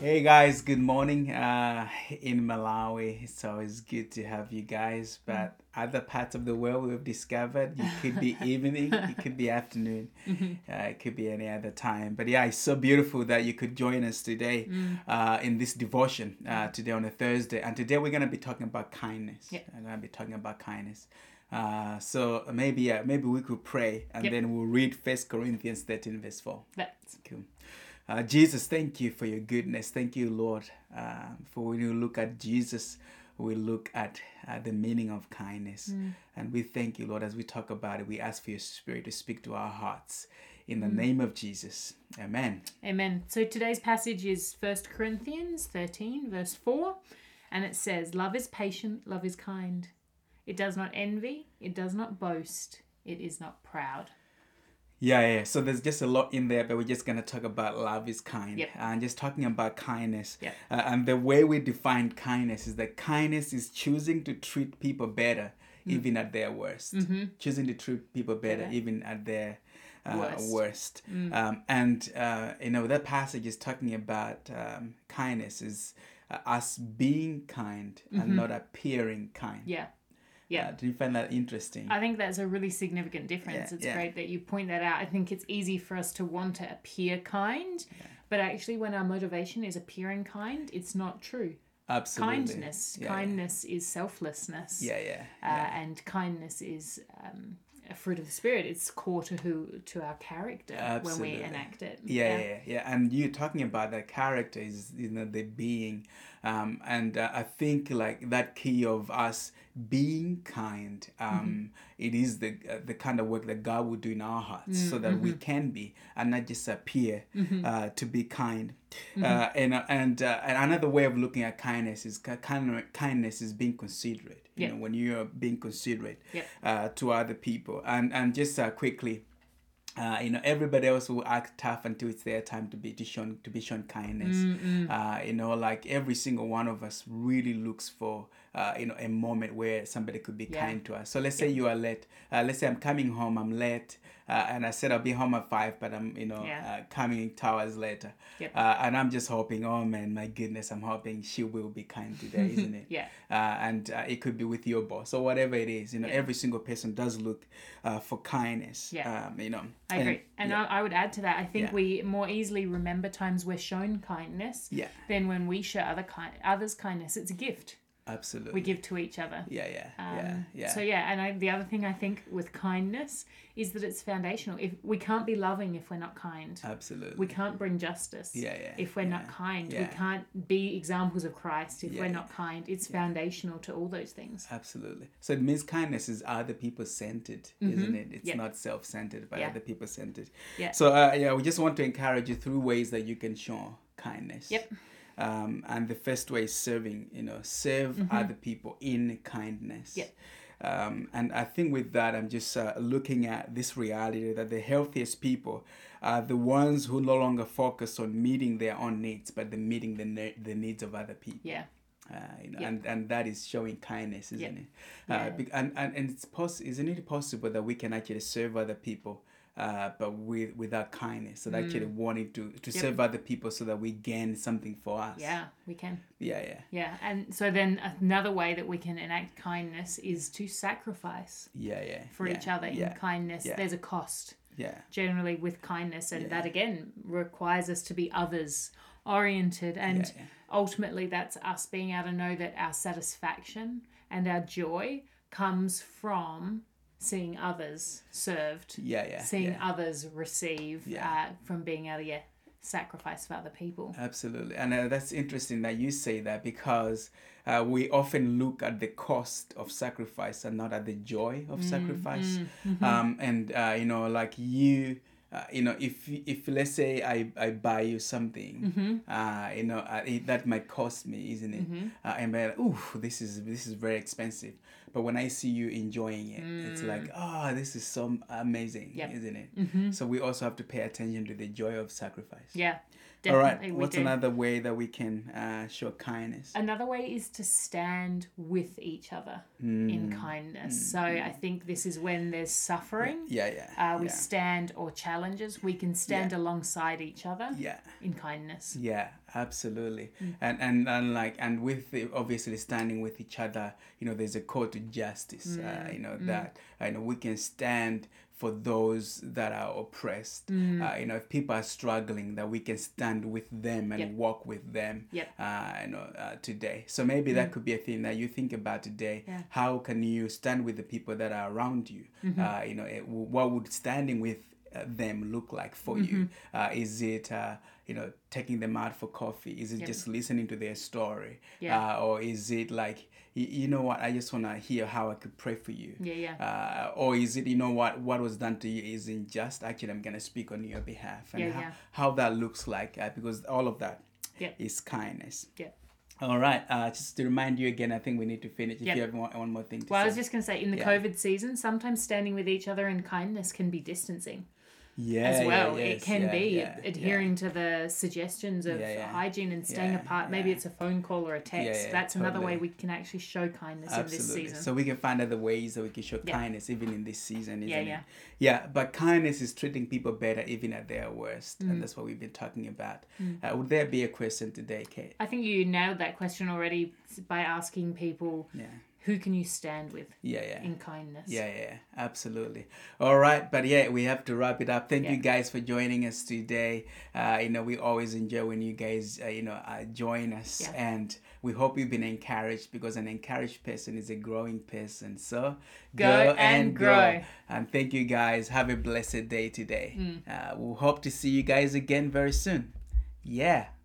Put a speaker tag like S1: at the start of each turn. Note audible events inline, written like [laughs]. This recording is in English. S1: Hey guys, good morning uh, in Malawi. It's always good to have you
S2: Mm.
S1: guys. But other parts of the world we've discovered, it could
S2: [laughs]
S1: be evening, it could be afternoon,
S2: Mm-hmm.
S1: uh, it could be any other time. But yeah, it's so beautiful that you could join us today
S2: Mm.
S1: uh, in this devotion uh, today on a Thursday. And today we're going to be talking about kindness.
S2: Yeah.
S1: I'm going to be talking about kindness. Uh, so maybe uh, maybe we could pray and
S2: Yep.
S1: then we'll read First Corinthians 13 verse 4.
S2: That's
S1: Cool. Uh, Jesus, thank you for your goodness. Thank you, Lord. Uh, for when you look at Jesus, we look at uh, the meaning of kindness. And we thank you, Lord, as we talk about it. We ask for your spirit to speak to our hearts. In the name of Jesus. Amen.
S2: Amen. So today's passage is 1 Corinthians 13, verse 4, and it says, Love is patient, love is kind. It does not envy, it does not boast, it is not proud.
S1: Yeah, yeah. So there's just a lot in there, but we're just gonna talk about love is kind,
S2: Yep.
S1: and just talking about kindness.
S2: Yep.
S1: Uh, and the way we define kindness is that kindness is choosing to treat people better, even at their worst. Choosing to treat people better,
S2: Mm. Mm-hmm. Better.
S1: even at their uh, worst.
S2: Worst. Mm.
S1: Um, and uh, you know that passage is talking about um, kindness is uh, us being kind and not appearing kind.
S2: Mm-hmm. Yeah. Yeah. Uh,
S1: Uh, do you find that interesting?
S2: I think that's a really significant difference.
S1: Yeah,
S2: it's
S1: yeah.
S2: great that you point that out. I think it's easy for us to want to appear kind, but actually, when our motivation is appearing kind, it's not true.
S1: Absolutely.
S2: Kindness,
S1: Yeah, yeah.
S2: kindness is selflessness.
S1: Yeah, yeah.
S2: uh, and kindness is um, a fruit of the spirit. It's core to who to our character when
S1: Absolutely.
S2: we enact it.
S1: yeah, yeah, yeah. And you talking about that character is you know the being, um, and uh, I think like that key of us being kind.
S2: Mm-hmm.
S1: Um, it is the uh, the kind of work that God will do in our hearts, so that
S2: Mm-hmm.
S1: we can be and not just appear uh, to be kind.
S2: Mm-hmm.
S1: Uh, and uh, and uh, and another way of looking at kindness is ki- kind kindness is being considerate. You
S2: Yeah.
S1: know, when you are being considerate
S2: Yeah.
S1: uh, to other people, and and just uh, quickly uh, you know everybody else will act tough until it's their time to be to shown to be shown kindness
S2: Mm,
S1: uh, you know like every single one of us really looks for uh, you know a moment where somebody could be
S2: Yeah.
S1: kind to us so let's say you are late uh, let's say i'm coming home i'm late uh, and i said i'll be home at five but i'm you know
S2: Yeah.
S1: uh, coming two hours later
S2: Yep.
S1: uh, and i'm just hoping oh man my goodness i'm hoping she will be kind
S2: [laughs]
S1: today isn't it
S2: Yeah.
S1: uh, and uh, it could be with your boss or whatever it is you know
S2: Yeah.
S1: every single person does look uh, for kindness
S2: Yeah.
S1: um, you know
S2: I agree. And
S1: yeah,
S2: I, I would add to that, I think
S1: Yeah.
S2: we more easily remember times we're shown kindness
S1: yeah
S2: than when we show other kind others kindness. It's a gift
S1: absolutely
S2: we give to each other.
S1: yeah yeah Mm. yeah
S2: Um,
S1: yeah
S2: So yeah, and I, the other thing I think with kindness is that it's foundational. If we can't be loving if we're not kind,
S1: absolutely
S2: we can't bring justice
S1: Yeah, yeah,
S2: if we're not
S1: yeah,
S2: kind.
S1: yeah.
S2: We can't be examples of Christ if
S1: Yeah,
S2: we're
S1: yeah.
S2: not kind. It's foundational to all those things.
S1: absolutely so it means kindness is other people centered isn't it it's
S2: Mm-hmm. Yeah.
S1: not self-centered but
S2: Yeah.
S1: other people centered
S2: Yeah.
S1: so uh, yeah we just want to encourage you through ways that you can show kindness
S2: Yep.
S1: um, and the first way is serving you know serve other people in kindness
S2: Mm-hmm. Yep.
S1: Um, and I think with that, I'm just uh, looking at this reality that the healthiest people are the ones who no longer focus on meeting their own needs, but they're meeting the, ne- the needs of other people.
S2: Yeah.
S1: Uh, you know,
S2: Yeah.
S1: and, and that is showing kindness, isn't
S2: Yeah.
S1: it? Uh,
S2: Yeah.
S1: bec- and, and, and it's poss- isn't it possible that we can actually serve other people, uh, but with without kindness? So actually wanting to, to
S2: Mm. Yep.
S1: serve other people so that we gain something for us.
S2: Yeah, we can.
S1: Yeah, yeah.
S2: Yeah. And so then another way that we can enact kindness is to sacrifice
S1: Yeah, yeah.
S2: for
S1: yeah,
S2: each other
S1: Yeah,
S2: in kindness.
S1: yeah.
S2: There's a cost
S1: yeah.
S2: generally with kindness, and
S1: Yeah.
S2: that again requires us to be others oriented. And
S1: yeah.
S2: ultimately, that's us being able to know that our satisfaction and our joy comes from seeing others served,
S1: Yeah, yeah.
S2: seeing
S1: yeah.
S2: others receive
S1: Yeah.
S2: uh, from being able to yeah, sacrifice for other people.
S1: Absolutely. And uh, that's interesting that you say that because uh, we often look at the cost of sacrifice and not at the joy of sacrifice. Um, and, uh, you know, like you. Uh, you know, if if let's say I, I buy you something, uh, you know uh, it, that might cost me, isn't it? Uh, and be like, ooh, this is this is very expensive. But when I see you enjoying it, it's like, oh, this is so amazing,
S2: Yep.
S1: isn't it? So we also have to pay attention to the joy of sacrifice.
S2: Yeah, definitely.
S1: All right.
S2: we
S1: What's
S2: do.
S1: another way that we can uh, show kindness?
S2: Another way is to stand with each other in
S1: Hmm.
S2: kindness. So I think this is when there's suffering,
S1: Yeah, yeah.
S2: uh, we
S1: yeah.
S2: stand or challenges, we can stand alongside each other
S1: yeah,
S2: in kindness.
S1: yeah. Absolutely,
S2: Mm.
S1: and and and like and with the, obviously standing with each other, you know, there's a call to justice.
S2: Mm,
S1: Uh, you know that you know we can stand for those that are oppressed.
S2: Mm.
S1: Uh, you know, if people are struggling, that we can stand with them and
S2: Yep.
S1: walk with them.
S2: Yep. Mm.
S1: Uh, you know, uh, today. So maybe that could be a thing that you think about today.
S2: Yeah. Mm-hmm.
S1: How can you stand with the people that are around you? Uh, you know, it, what would standing with uh, them look like for you?
S2: Mm-hmm.
S1: Uh, is it uh, you know taking them out for coffee? Is it just listening to their story?
S2: Yeah.
S1: Uh, or is it like y- you know what? I just want to hear how I could pray for you.
S2: Yeah, yeah.
S1: Uh, or is it you know what what was done to you is unjust? Actually, I'm gonna speak on your behalf and
S2: Yeah,
S1: how,
S2: yeah.
S1: how that looks like uh, because all of that is
S2: Yep.
S1: kindness.
S2: Yep.
S1: All right. Uh, just to remind you again, I think we need to finish. If
S2: Yep.
S1: you have one, one more thing to
S2: Well, I
S1: say.
S2: was just going to say, in the
S1: Yeah.
S2: COVID season, sometimes standing with each other in kindness can be distancing
S1: yeah,
S2: as
S1: yeah,
S2: well. it
S1: yes,
S2: can
S1: yeah,
S2: be
S1: yeah, yeah.
S2: adhering to the suggestions of
S1: Yeah, yeah.
S2: hygiene and staying
S1: Yeah,
S2: apart. Maybe
S1: yeah.
S2: it's a phone call or a text.
S1: yeah,
S2: That's another way
S1: totally.
S2: we can actually show kindness in this
S1: Absolutely.
S2: season.
S1: So we can find other ways that we can show
S2: Yeah.
S1: kindness even in this season, isn't
S2: Yeah, yeah.
S1: it? Yeah, but kindness is treating people better even at their worst.
S2: Mm.
S1: And that's what we've been talking about. Uh, would there be a question today, Kate?
S2: I think you nailed that question already by asking people
S1: Yeah.
S2: who can you stand with
S1: Yeah, yeah.
S2: in kindness.
S1: Yeah, yeah, absolutely. All right, but yeah, we have to wrap it up. Thank you guys for joining us today. Uh, you know, we always enjoy when you guys, uh, you know, uh, join us,
S2: Yeah.
S1: and we hope you've been encouraged because an encouraged person is a growing person. So
S2: Go and grow.
S1: And thank you guys.
S2: Mm.
S1: Have a blessed day today. Uh, we hope to see you guys again very soon. Yeah.